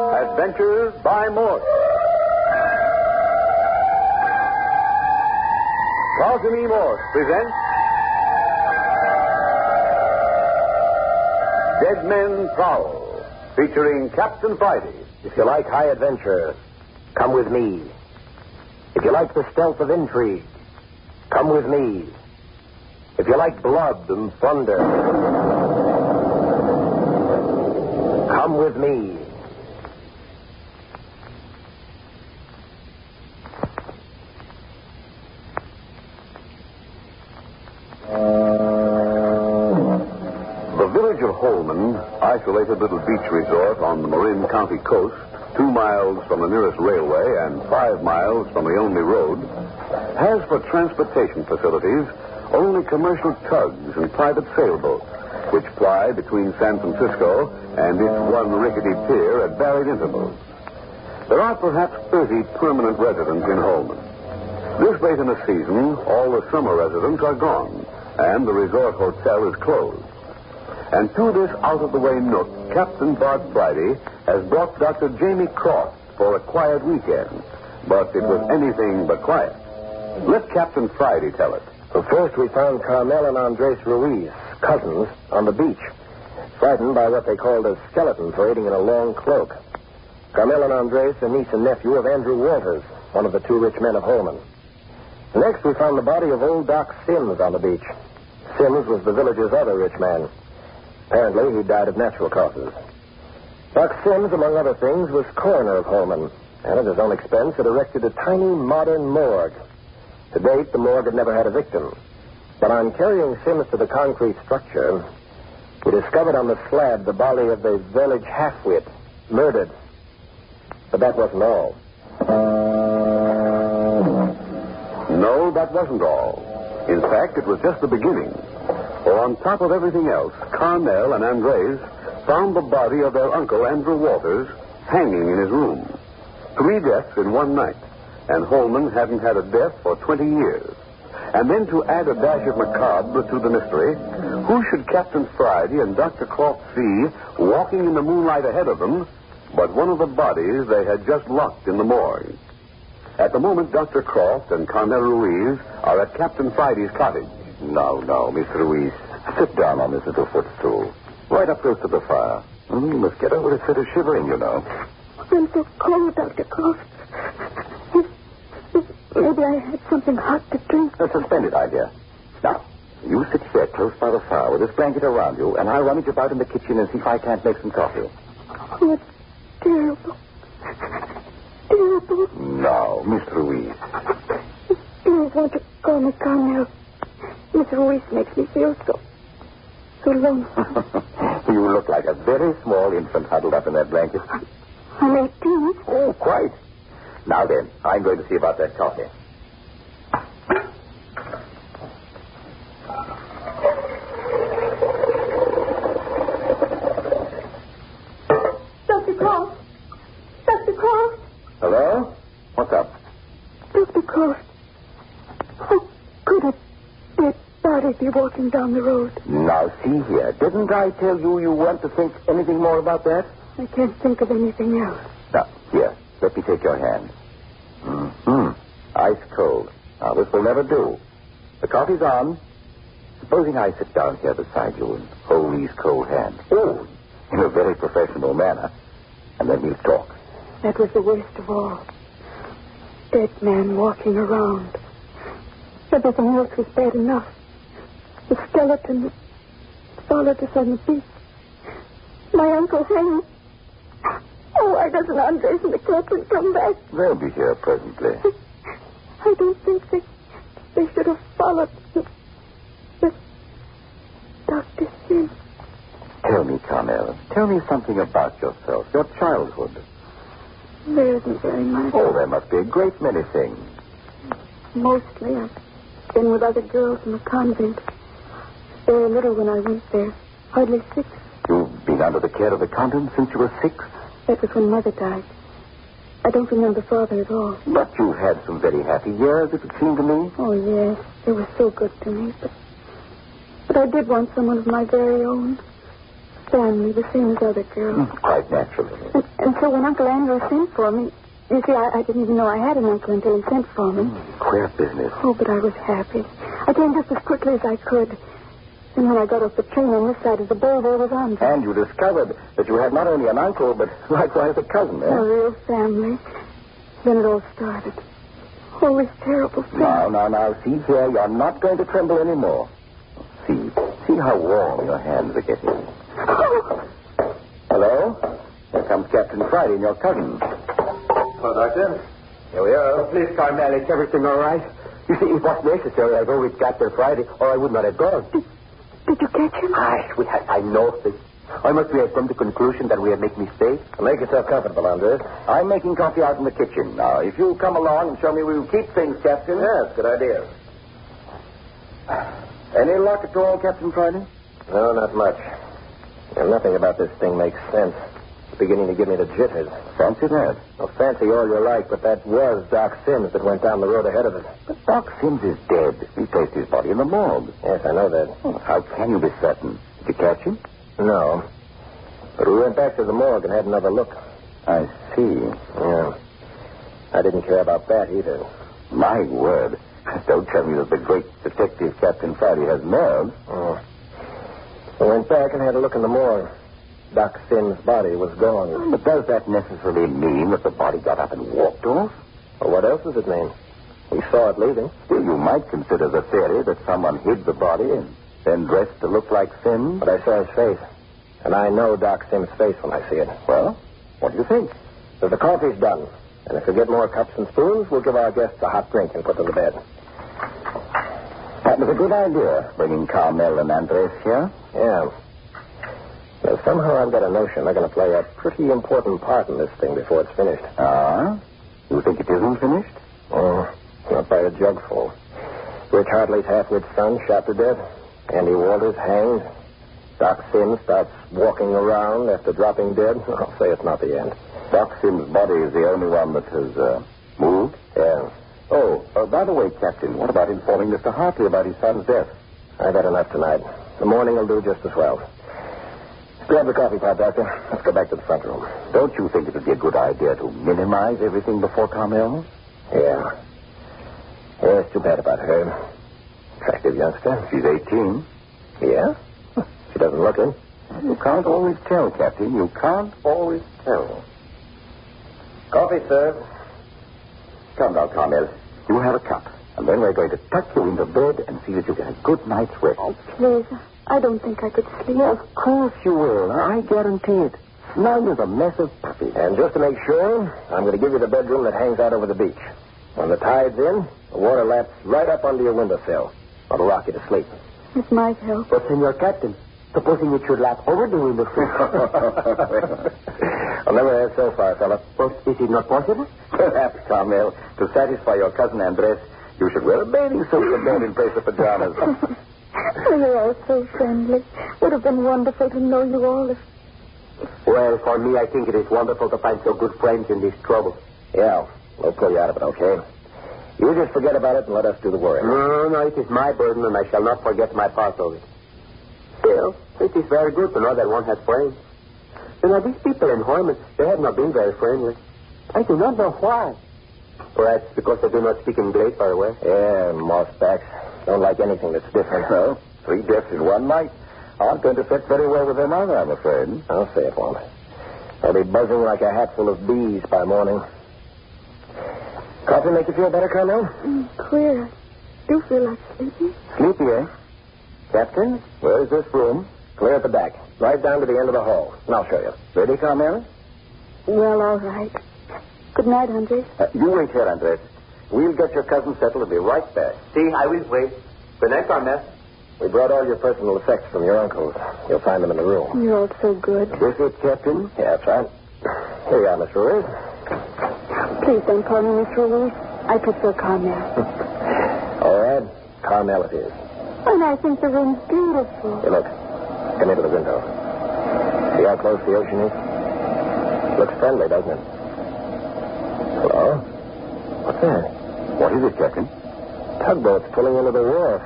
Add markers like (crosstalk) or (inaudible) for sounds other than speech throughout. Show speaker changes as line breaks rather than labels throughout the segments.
Adventures by Morse. Carlton E. Morse presents Dead Men Prowl, featuring Captain Friday.
If you like high adventure, come with me. If you like the stealth of intrigue, come with me. If you like blood and thunder, come with me.
The village of Holman, isolated little beach resort on the Marin County coast, two miles from the nearest railway and five miles from the only road, has for transportation facilities only commercial tugs and private sailboats, which ply between San Francisco and its one rickety pier at varied intervals. There are perhaps 30 permanent residents in Holman. This late in the season, all the summer residents are gone, and the resort hotel is closed. And to this out of the way nook, Captain Bart Friday has brought Dr. Jamie Croft for a quiet weekend. But it was anything but quiet. Let Captain Friday tell it.
Well, first, we found Carmel and Andres Ruiz, cousins, on the beach, frightened by what they called a skeleton parading in a long cloak. Carmel and Andres are niece and nephew of Andrew Walters, one of the two rich men of Holman. Next, we found the body of old Doc Sims on the beach. Sims was the village's other rich man. Apparently, he died of natural causes. Doc Sims, among other things, was coroner of Holman, and at his own expense had erected a tiny modern morgue. To date, the morgue had never had a victim. But on carrying Sims to the concrete structure, we discovered on the slab the body of the village halfwit, murdered. But that wasn't all.
No, that wasn't all. In fact, it was just the beginning. For on top of everything else, Carmel and Andres found the body of their uncle, Andrew Walters, hanging in his room. Three deaths in one night, and Holman hadn't had a death for 20 years. And then to add a dash of macabre to the mystery, who should Captain Friday and Dr. Cloth see walking in the moonlight ahead of them but one of the bodies they had just locked in the morgue? At the moment, Dr. Croft and Carmel Ruiz are at Captain Friday's cottage. No, no, Miss Ruiz. Sit down on this little footstool. Right up close to (laughs) the fire. Mm, You must get over a fit of shivering, you know.
I'm so cold, Dr. Croft. If, if maybe I had something hot to drink.
A suspended idea. Now, you sit here close by the fire with this blanket around you, and I'll rummage about in the kitchen and see if I can't make some coffee.
Oh, it's terrible. Terrible.
No, Miss Ruiz.
Please, won't you call me Carmel? Miss Ruiz makes me feel so, so lonely.
you look like a very small infant huddled up in that blanket.
I'm 18.
Oh, quite. Now then, I'm going to see about that coffee.
Dr. Croft. Dr. Croft.
Hello? What's up?
Dr. Croft. How could a dead body be walking down the road?
Now, see here. Didn't I tell you you weren't to think anything more about that?
I can't think of anything else.
Now, here. Let me take your hand. hmm Ice cold. Now, this will never do. The coffee's on. Supposing I sit down here beside you and hold these cold hands. Oh, in a very professional manner. And then we'll talk.
That was the worst of all. Dead man walking around. Everything else was bad enough. The skeleton that followed us on the beach. My uncle Henry. Oh, why doesn't Andres and the captain come back?
They'll be here presently.
I don't think they, they should have followed the, the Dr. Sim.
Tell me, Carmel, tell me something about yourself, your childhood.
There isn't very much.
Oh, there must be a great many things.
Mostly I've been with other girls in the convent. They were little when I went there, hardly six.
You've been under the care of the convent since you were six?
That was when Mother died. I don't remember Father at all.
But you've had some very happy years, it would seem to me.
Oh, yes, they were so good to me. But, but I did want someone of my very own. family the same as other girls.
Hmm, Quite naturally.
And, and so when Uncle Andrew sent for me, you see, I, I didn't even know I had an uncle until he sent for me.
Queer business.
Oh, but I was happy. I came just as quickly as I could. And when I got off the train on this side of the bay, there was Andrew.
And you discovered that you had not only an uncle, but likewise a cousin. eh?
A real family. Then it all started. All this terrible thing.
Now, now, now, see here, you're not going to tremble anymore. See, see how warm your hands are getting. Hello? Here comes Captain Friday and your cousin. Hello, Doctor. Here we are. please, Carmel, is everything all right? You see, it was necessary. I've always got there Friday, or I would not have gone.
Did you catch him?
I, we had, I know this. Or must we have come to the conclusion that we have made mistakes? Make yourself comfortable, Andres. I'm making coffee out in the kitchen. Now, if you'll come along and show me where you keep things, Captain. Yes, good idea. Any luck at all, Captain Friday? No, not much. nothing about this thing makes sense. It's beginning to give me the jitters. Fancy that. Well, fancy all you like, but that was Doc Sims that went down the road ahead of us. But Doc Sims is dead. We placed his body in the morgue. Yes, I know that. how can you be certain? Did you catch him? No. But we went back to the morgue and had another look. I see. Yeah. I didn't care about that either. My word. Don't tell me that the great detective Captain Friday has nerves. Oh. We went back and had a look in the morgue. Doc Sims' body was gone. But does that necessarily mean that the body got up and walked off? Well, what else does it mean? We saw it leaving. Still, you might consider the theory that someone hid the body and then dressed to look like Sims. But I saw his face. And I know Doc Sims' face when I see it. Well, what do you think? That the coffee's done. And if we get more cups and spoons, we'll give our guests a hot drink and put them to bed. That was a good idea, bringing Carmel and Andres here. Yeah. Now, somehow I've got a notion they're going to play a pretty important part in this thing before it's finished. Ah? You think it isn't finished? Oh, not by a jugful. Rich Hartley's half-wit son shot to death. Andy Walters hanged. Doc Sims starts walking around after dropping dead. (laughs) I'll say it's not the end. Doc Sims' body is the only one that has uh, moved? Yeah. Oh, uh, by the way, Captain, what about informing Mr. Hartley about his son's death? I've had enough tonight. The morning will do just as well. Grab the coffee pot, Doctor. Let's go back to the front room. Don't you think it would be a good idea to minimize everything before Carmel? Yeah. Yeah, it's too bad about her. Attractive youngster. She's 18. Yeah? (laughs) Huh, She doesn't look it. You can't always tell, Captain. You can't always tell. Coffee, sir. Come now, Carmel. You have a cup. And then we're going to tuck you into bed and see that you get a good night's rest.
Please, I don't think I could sleep.
Of course you will. I guarantee it. Snug as a mess of puppies. And just to make sure, I'm going to give you the bedroom that hangs out over the beach. When the tide's in, the water laps right up under your windowsill. It'll rock you to sleep.
It might help.
But, Senor Captain, supposing it should lap over the windowsill. (laughs) I'll never have so far, fella. But is it not possible? Perhaps, Carmel. To satisfy your cousin Andres, you should wear a bathing suit to bed in place of pajamas.
You're all so friendly. Would have been wonderful to know you all. If...
Well, for me, I think it is wonderful to find so good friends in this trouble. Yeah, we'll pull you out of it, okay? You just forget about it and let us do the worrying. No, no, it is my burden, and I shall not forget my part of it. Still, it is very good to know that one has friends. You know, these people in Hoyman, they have not been very friendly. I do not know why. Perhaps because they do not speak English very well. Yeah, mossbacks don't like anything that's different. Well, three deaths in one night aren't going to fit very well with them either, I'm afraid. I'll say it won't. They'll be buzzing like a hatful of bees by morning. Coffee make you feel better, Colonel?
Mm, queer. I do feel like sleeping.
Sleepy, eh? Captain, where is this room? Clear at the back, right down to the end of the hall. And I'll show you. Ready, Carmel?
Well, all right. Good night, Andre.
Uh, you wait here, Andres. We'll get your cousin settled and be right back. See, I will wait. Good night, Carmel. We brought all your personal effects from your uncle's. You'll find them in the room.
You're all so good.
Is it, Captain? Yeah, that's right. Here you are, Miss Ruiz.
Please don't call me Miss Ruiz. I prefer Carmel.
All right. Carmel it is.
Oh, And I think the room's beautiful.
Hey, look. Come into the window. See how close the ocean is? Looks friendly, doesn't it? Hello? What's that? What is it, Captain? Tugboat's pulling into the wharf.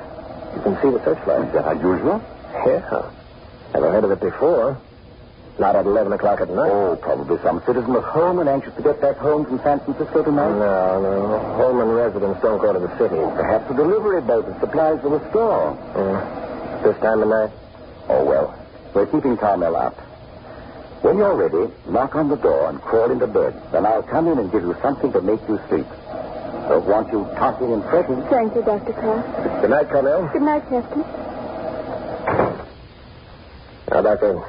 You can see the searchlight. Is that unusual? Yeah. Never heard of it before. Not at 11 o'clock at night.
Oh, probably some citizen of Holman anxious to get back home from San Francisco tonight.
No, no. Holman residents don't go to the city.
Perhaps a delivery boat with supplies for the store.
Yeah. Mm. This time of night?
Oh, well. We're keeping Carmel out. When you're ready, knock on the door and crawl into bed. Then I'll come in and give you something to make you sleep. Don't want you tossing and fretting.
Thank you, Dr. Kraft.
Good night, Carmel.
Good night, Captain.
Now, Doctor,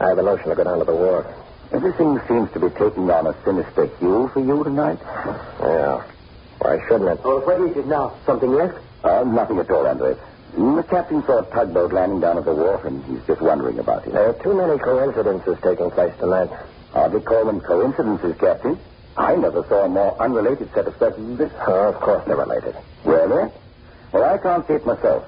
I have a notion to go down to the wharf.
Everything seems to be taking on a sinister hue for you tonight.
Yeah. Why shouldn't it?
Well, Oh, what is it now? Something left? Uh, nothing at all, Andres. Mm, The captain saw a tugboat landing down at the wharf, and he's just wondering about it.
There are too many coincidences taking place tonight.
Hardly call them coincidences, Captain. I never saw a more unrelated set of circumstances.
Oh, of course they're related.
Really? Well, I can't see it myself.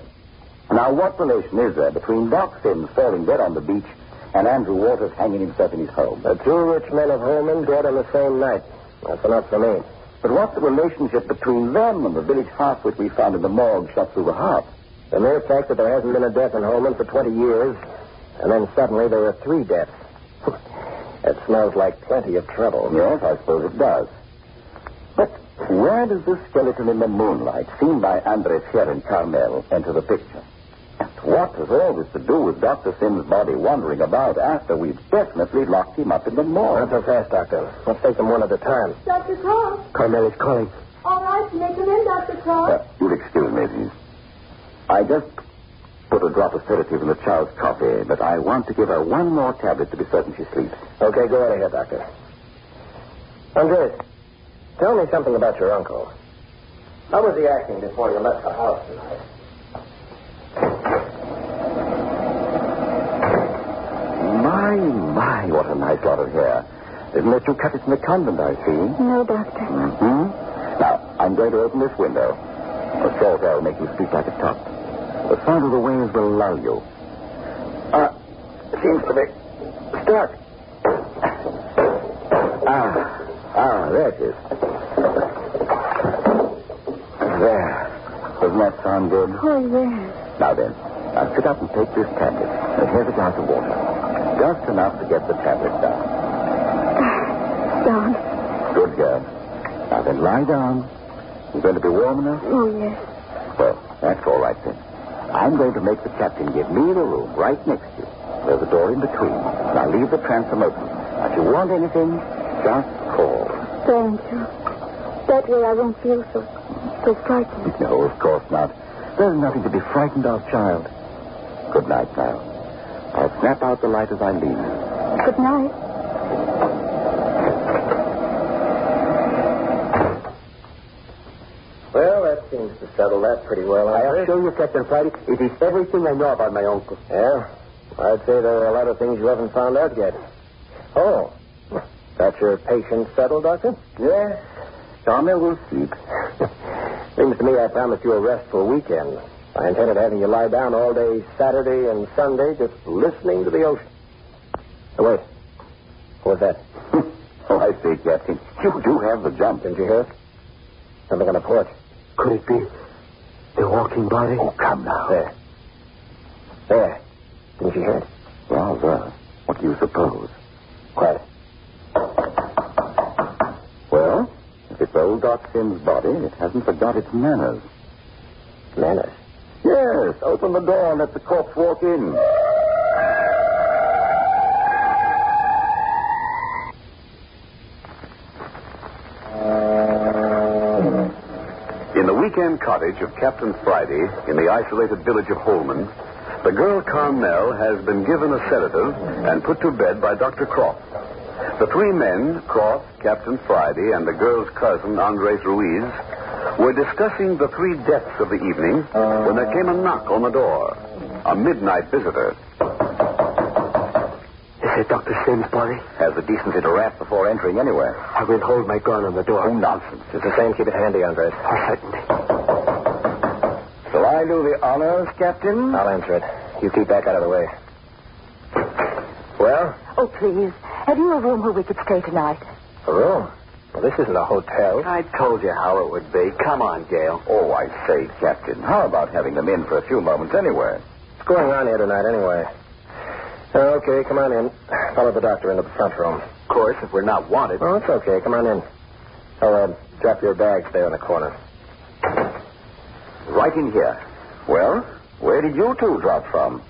Now, what relation is there between Doc Sims falling dead on the beach and Andrew Waters hanging himself in his home? Uh,
The two rich men of Holman dead on the same night. That's enough for me.
But what's the relationship between them and the village harp which we found in the morgue shot through the heart?
The mere fact that there hasn't been a death in Holman for 20 years, and then suddenly there were three deaths. (laughs) it smells like plenty of trouble.
Yes, I suppose it does. But where does this skeleton in the moonlight, seen by Andres here in Carmel, enter the picture? And what has all this to do with Dr. Sims' body wandering about after we've definitely locked him up in the
Not
morgue?
so fast, Doctor. Let's take them one at a time.
Dr. Cross.
Carmel is calling.
All right, you may come in, Dr. Cross.
Uh, you'll excuse me, please. I just put a drop of sedative in the child's coffee, but I want to give her one more tablet to be certain she sleeps.
Okay, go out of here, Doctor. Andres, tell me something about your uncle. How was he acting before you left the house tonight?
My, my, what a nice lot of hair. Isn't that you cut it in the convent, I see?
No, Doctor.
hmm Now, I'm going to open this window. The salt air will make you speak like a top. The sound of the waves will lull you. Ah, seems to be stuck. Ah, ah, there it is. There. Doesn't that sound good?
Oh, yes.
Now then, now sit up and take this tablet. And here's a glass of water. Just enough to get the tablet down.
Don.
Good girl. Now then, lie down. You're going to be warm enough?
Oh, yes.
Well, that's all right then. I'm going to make the captain give me the room right next to you. There's a door in between. And I'll leave the transom open. Now, If you want anything, just call. (laughs)
Thank you. That way I won't feel so, so frightened.
No, of course not. There's nothing to be frightened of, child. Good night, now. I'll snap out the light as I leave.
Good night.
Well, that seems to settle that pretty well. I assure you, Captain Friday, it is everything I know about my uncle. Yeah? I'd say there are a lot of things you haven't found out yet. Oh. (laughs) That's your patient settled, Doctor?
Yes. Carmel will sleep. (laughs)
Seems to me I promised you a restful weekend. I intended having you lie down all day Saturday and Sunday just listening to the ocean. Oh, wait. What was that?
oh, I say, Captain, you do have the jump.
Didn't you hear it? Something on the porch.
Could it be the walking body? Oh, come now.
There. There. Didn't you hear it?
Rather. What do you suppose?
Quiet.
Well, if it's old Doc Sims' body, it hasn't forgot its manners.
Manners.
Yes, open the door and let the corpse walk in.
In the weekend cottage of Captain Friday, in the isolated village of Holman, the girl Carmel has been given a sedative and put to bed by Dr. Croft. The three men, Croft, Captain Friday, and the girl's cousin, Andres Ruiz, were discussing the three deaths of the evening when there came a knock on the door. A midnight visitor.
Is it Dr. Sims' body?
Has the decency to rap before entering anywhere.
I will hold my gun on the door.
Oh, nonsense.
It's the same. Keep it handy, Andres. Oh, certainly.
Shall I do the honors, Captain?
I'll answer it. You keep back out of the way. Well,
Oh, please. Have you a room where we could stay tonight?
a room. Well, this isn't a hotel.
I told you how it would be. Come on, Gail. Oh, I say, Captain, how about having them in for a few moments anywhere?
What's going on here tonight, anyway? Uh, Okay, come on in. Follow the doctor into the front room.
Of course, if we're not wanted.
Oh, it's okay. Come on in. Oh, uh, drop your bags there in the corner.
Right in here. Well, where did you two drop from?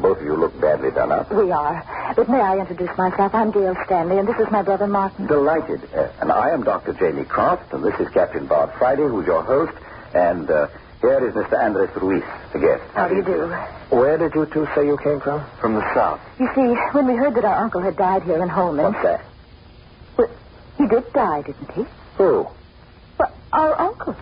Both of you look badly done up.
We are. But may I introduce myself? I'm Gail Stanley, and this is my brother Martin.
Delighted. Uh, and I am Dr. Jamie Croft, and this is Captain Bob Friday, who's your host. And uh, here is Mr. Andres Ruiz, the guest.
How do Oh, you do?
Where did you two say you came from?
From the south.
You see, when we heard that our uncle had died here in Holman,
What's that?
well, he did die, didn't he?
Who?
But our uncle.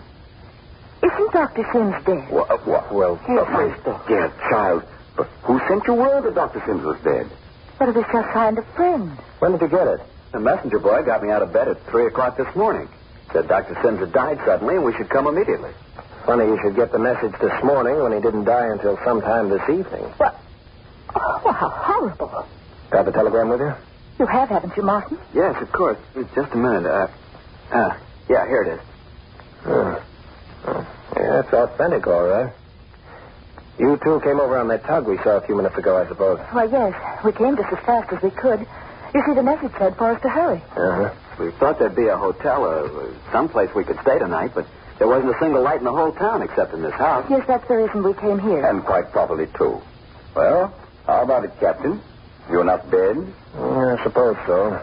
Isn't Dr. Sims dead?
Wha- uh, wha- Well,
Yes,
uh,
I saw.
dear child, but who sent you word that Dr. Sims was dead?
What if we shall find a friend?
When did you get it?
The messenger boy got me out of bed at 3 o'clock this morning. Said Dr. Sims had died suddenly and we should come immediately.
Funny you should get the message this morning when he didn't die until sometime this evening.
What? Oh, well, how horrible.
Got the telegram with you?
You have, haven't you, Martin?
Yes, of course. Just a minute. Uh, uh, yeah, here it is.
Hmm. Hmm. Yeah, that's authentic, all right. You two came over on that tug we saw a few minutes ago, I suppose.
Why, yes. We came just as fast as we could. You see, the message said for us to hurry.
Uh-huh.
We thought there'd be a hotel or someplace we could stay tonight, but there wasn't a single light in the whole town except in this house.
Yes, that's the reason we came here.
And quite properly, too. Well, how about it, Captain? You're not dead?
Yeah, I suppose so.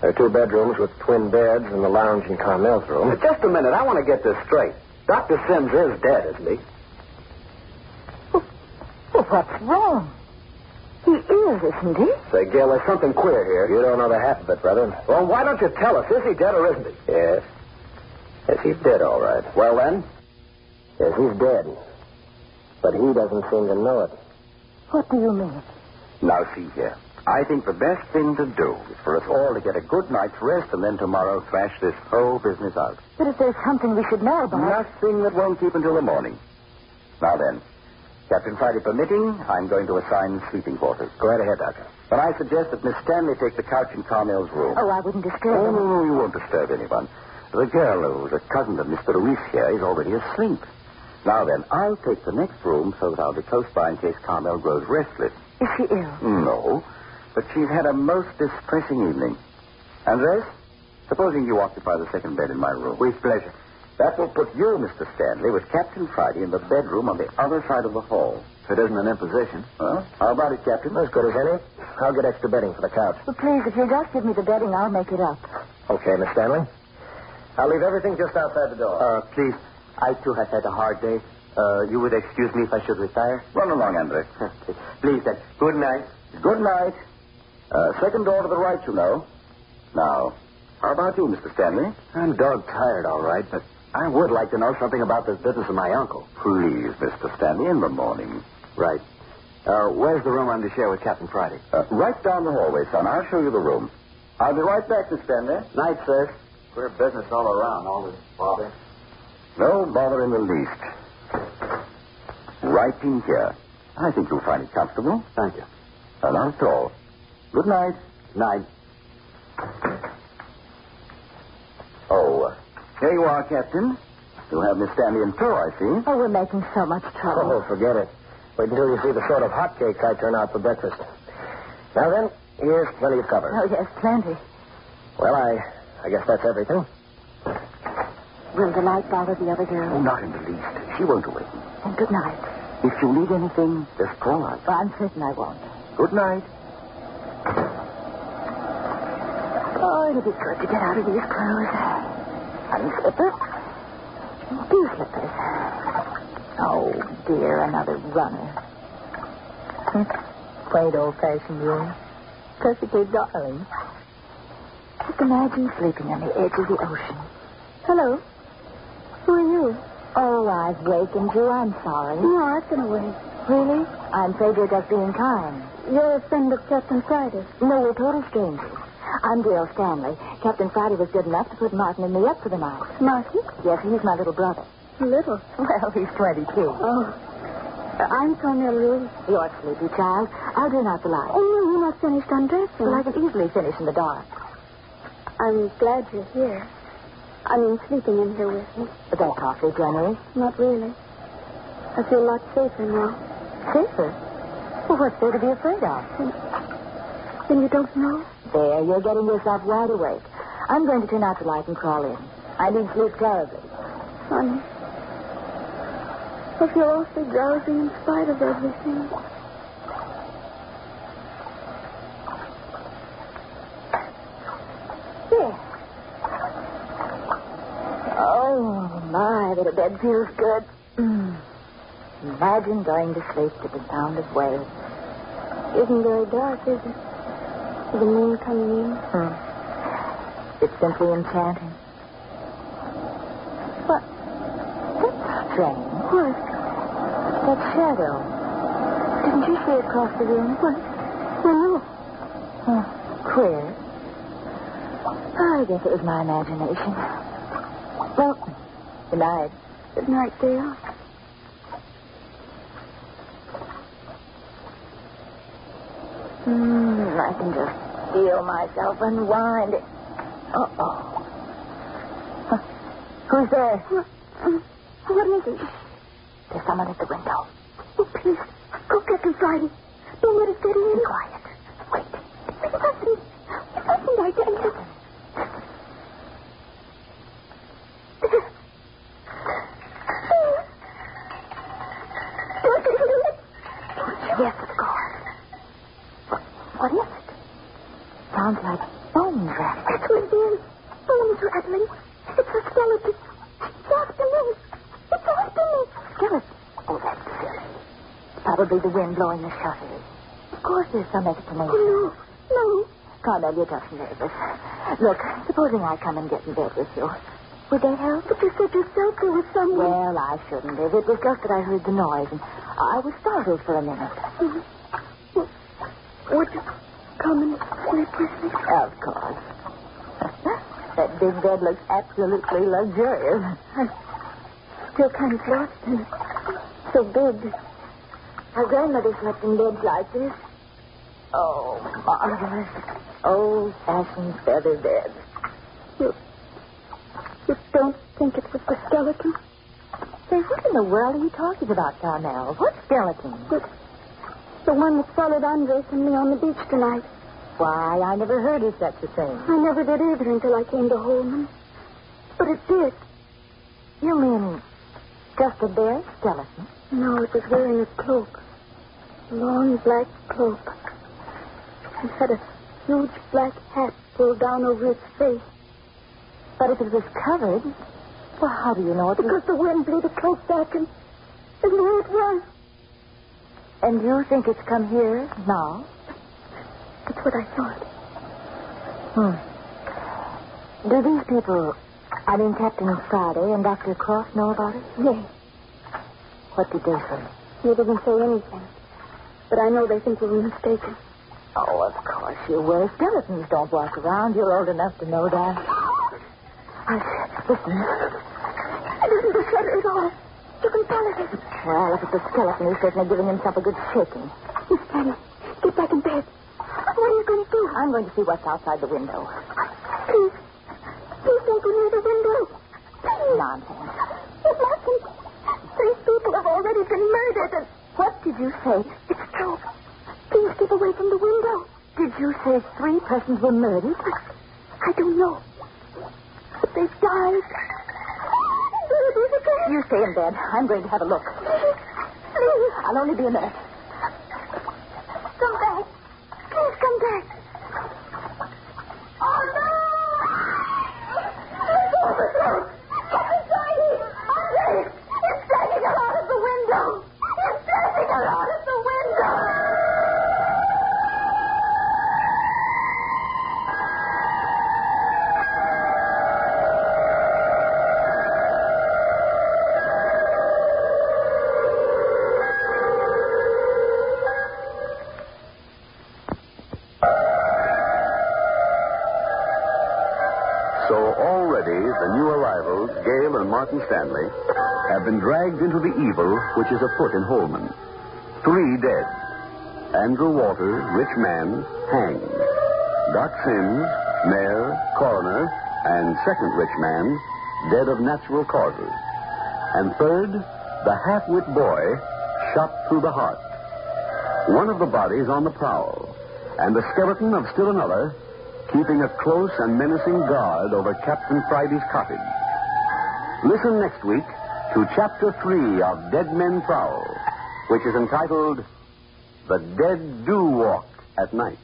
There are two bedrooms with twin beds and the lounge and Carmel's
Uh,
room.
Just a minute. I want to get this straight. Dr. Sims is dead, isn't he?
Well, what's wrong? He is, isn't he?
Say, Gil, there's something queer here.
You don't know the half of it, brother.
Well, why don't you tell us? Is he dead or isn't he?
Yes. Yes, he's dead, all right.
Well, then,
Yes, he's dead. But he doesn't seem to know it.
What do you mean?
Now, see here. I think the best thing to do is for us all to get a good night's rest and then tomorrow thrash this whole business out.
But if there's something we should know about.
Nothing that won't keep until the morning. Now then, Captain Friday permitting, I'm going to assign sleeping quarters.
Go right ahead, Doctor.
But I suggest that Miss Stanley take the couch in Carmel's room.
Oh, I wouldn't disturb
No,
him.
no, no, you won't disturb anyone. The girl who's a cousin of Mr. Ruiz here is already asleep. Now then, I'll take the next room so that I'll be close by in case Carmel grows restless.
Is she ill?
Mm.
No, but she's had a most distressing evening. Andres, supposing you occupy the second bed in my room. With pleasure. That will put you, Mr. Stanley, with Captain Friday in the bedroom on the other side of the hall.
if it isn't an imposition.
Well, how about it, Captain?
As good as any. I'll get extra bedding for the couch.
Well, please, if you'll just give me the bedding, I'll make it up.
Okay, Miss Stanley. I'll leave everything just outside the door.
Uh, please, I too have had a hard day. Uh, you would excuse me if I should retire?
Run along, Andres.
(laughs) Please, then. Good night.
Good night. Uh, second door to the right, you know. Now, how about you, Mr. Stanley?
I'm dog tired, all right, but I would like to know something about this business of my uncle.
Please, Mr. Stanley, in the morning.
Right. Uh, where's the room I'm to share with Captain Friday?
Uh, right down the hallway, son. I'll show you the room. I'll be right back, Miss Stanley.
Night, sir. Queer business all around, all this bother.
No bother in the least. Right in here. I think you'll find it comfortable.
Thank you.
Uh, not at all. Good night.
Night.
Oh, uh, here you are, Captain. You have Miss Stanley in tow, I see.
Oh, we're making so much trouble.
Oh, forget it. Wait until you see the sort of hotcakes I turn out for breakfast. Now then, here's plenty of cover.
Oh, yes, plenty.
Well, I, I guess that's everything.
Will the light bother the other girl?
Oh, not in the least. She won't awaken.
And good night.
If you need anything, just call us.
Well, I'm certain I won't.
Good night.
Oh, it'll be good to get out of these clothes. One slipper. Two slippers. Oh, dear, another runner. Hmm. Quaint old-fashioned room. Perfectly darling. Just imagine sleeping on the edge of the ocean.
Hello. Who are you?
Oh, I've wakened you. I'm sorry.
No, I've been away.
Really? I'm afraid you're just being kind.
You're a friend of Captain Friday.
No, we're total strangers. I'm Gail Stanley. Captain Friday was good enough to put Martin and me up for the night.
Martin?
Yes, he's my little brother.
Little.
Well, he's 22.
Oh. I'm Carmel Ruiz.
You're sleepy, child. I'll turn out the light.
Oh, no, you're not finished undressing.
Well, I could easily finish in the dark.
I'm glad you're here. I mean, sleeping in here with me.
But that's awfully generous.
Not really. I feel a lot safer now.
Safer?
Well, what's there to be afraid of?
Then you don't know?
There, uh, you're getting yourself wide awake. I'm going to turn out the light and crawl in. I need sleep terribly.
Honey, I feel awfully drowsy in spite of everything.
Yes. Oh, my, but a bed feels good. Mm. Imagine going to sleep to the sound of waves.
Isn't very dark, is it? With the moon coming in.
Hmm. Mm. It's simply enchanting. What? That's strange.
What?
That shadow. Didn't you see it across the room?
What? Oh,
Huh. Queer. I guess it was my imagination. Well, good night.
no. Good night, Dale.
Mm, I can just feel myself unwinding. Uh-oh. Huh. Who's there?
What, um, what is it?
There's someone at the window.
Oh, please, go get them, Friday. Don't let us get in.
Be quiet. Wait.
It wasn't. It wasn't like that.
Yes, it's gone. What is it? Sounds like bone rattling.
It's within. Bones rattling. It's a skeleton. It's after me. It's after me.
Skeleton. Oh, that's silly. Probably the wind blowing the shutters. Of course, there's some explanation.
Oh, no. No.
Carmel, you're just nervous. Look, supposing I come and get in bed with you. Would that help?
But you said yourself there was someone.
Well, I shouldn't have. It was just that I heard the noise, and I was startled for a minute.
Would you come and sleep with me?
Of course. Oh, that big bed looks absolutely luxurious.
Still kind of lost and so big.
My grandmother slept in beds like this. Oh, marvelous. Old-fashioned feather bed.
You, you don't think it was the skeleton?
Say, what in the world are you talking about, Carmel? What skeleton?
The, the one that followed Andres and me on the beach tonight.
Why, I never heard of such a thing.
I never did either until I came to Holman. But it did.
You mean just a bare skeleton?
No, it was wearing a cloak. A long black cloak. It had a huge black hat pulled down over its face.
But if it was covered, well, how do you know it was?
Because the wind blew the cloak back and, and there it was.
And you think it's come here now?
That's what I thought.
Hmm. Do these people, I mean Captain Friday and Dr. Cross, know about it?
Yes.
What did they say?
They didn't say anything. But I know they think we were mistaken.
Oh, of course you were. Skeletons don't walk around. You're old enough to know that. I listen.
It isn't the shutter at all. You can tell it is.
Well, if it's a skeleton, he's certainly giving himself a good shaking.
Miss Fanny, get back in bed. What are you going to do?
I'm going to see what's outside the window.
Please. Please don't go near the window. Please.
Nonsense.
You mustn't. These people have already been murdered. And
What did you say?
it's true. Please keep away from the window.
Did you say three persons were murdered?
I don't know. But they've died. There it is again.
You stay in bed. I'm going to have a look.
Please.
I'll only be a minute.
Come back. Please come back. Oh, no! It's overthrown. It's dragging. Andre, It's dragging her out of the window. It's dragging her out of the window.
So already the new arrivals, Gale and Martin Stanley, have been dragged into the evil which is afoot in Holman. Three dead. Andrew Walters, rich man, hanged. Doc Sims, mayor, coroner, and second rich man, dead of natural causes. And third, the half-wit boy, shot through the heart. one of the bodies on the prowl, and the skeleton of still another keeping a close and menacing guard over Captain Friday's cottage. Listen next week to Chapter 3 of Dead Men Prowl, which is entitled The Dead Do Walk at Night.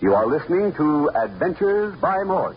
You are listening to Adventures by Morgue.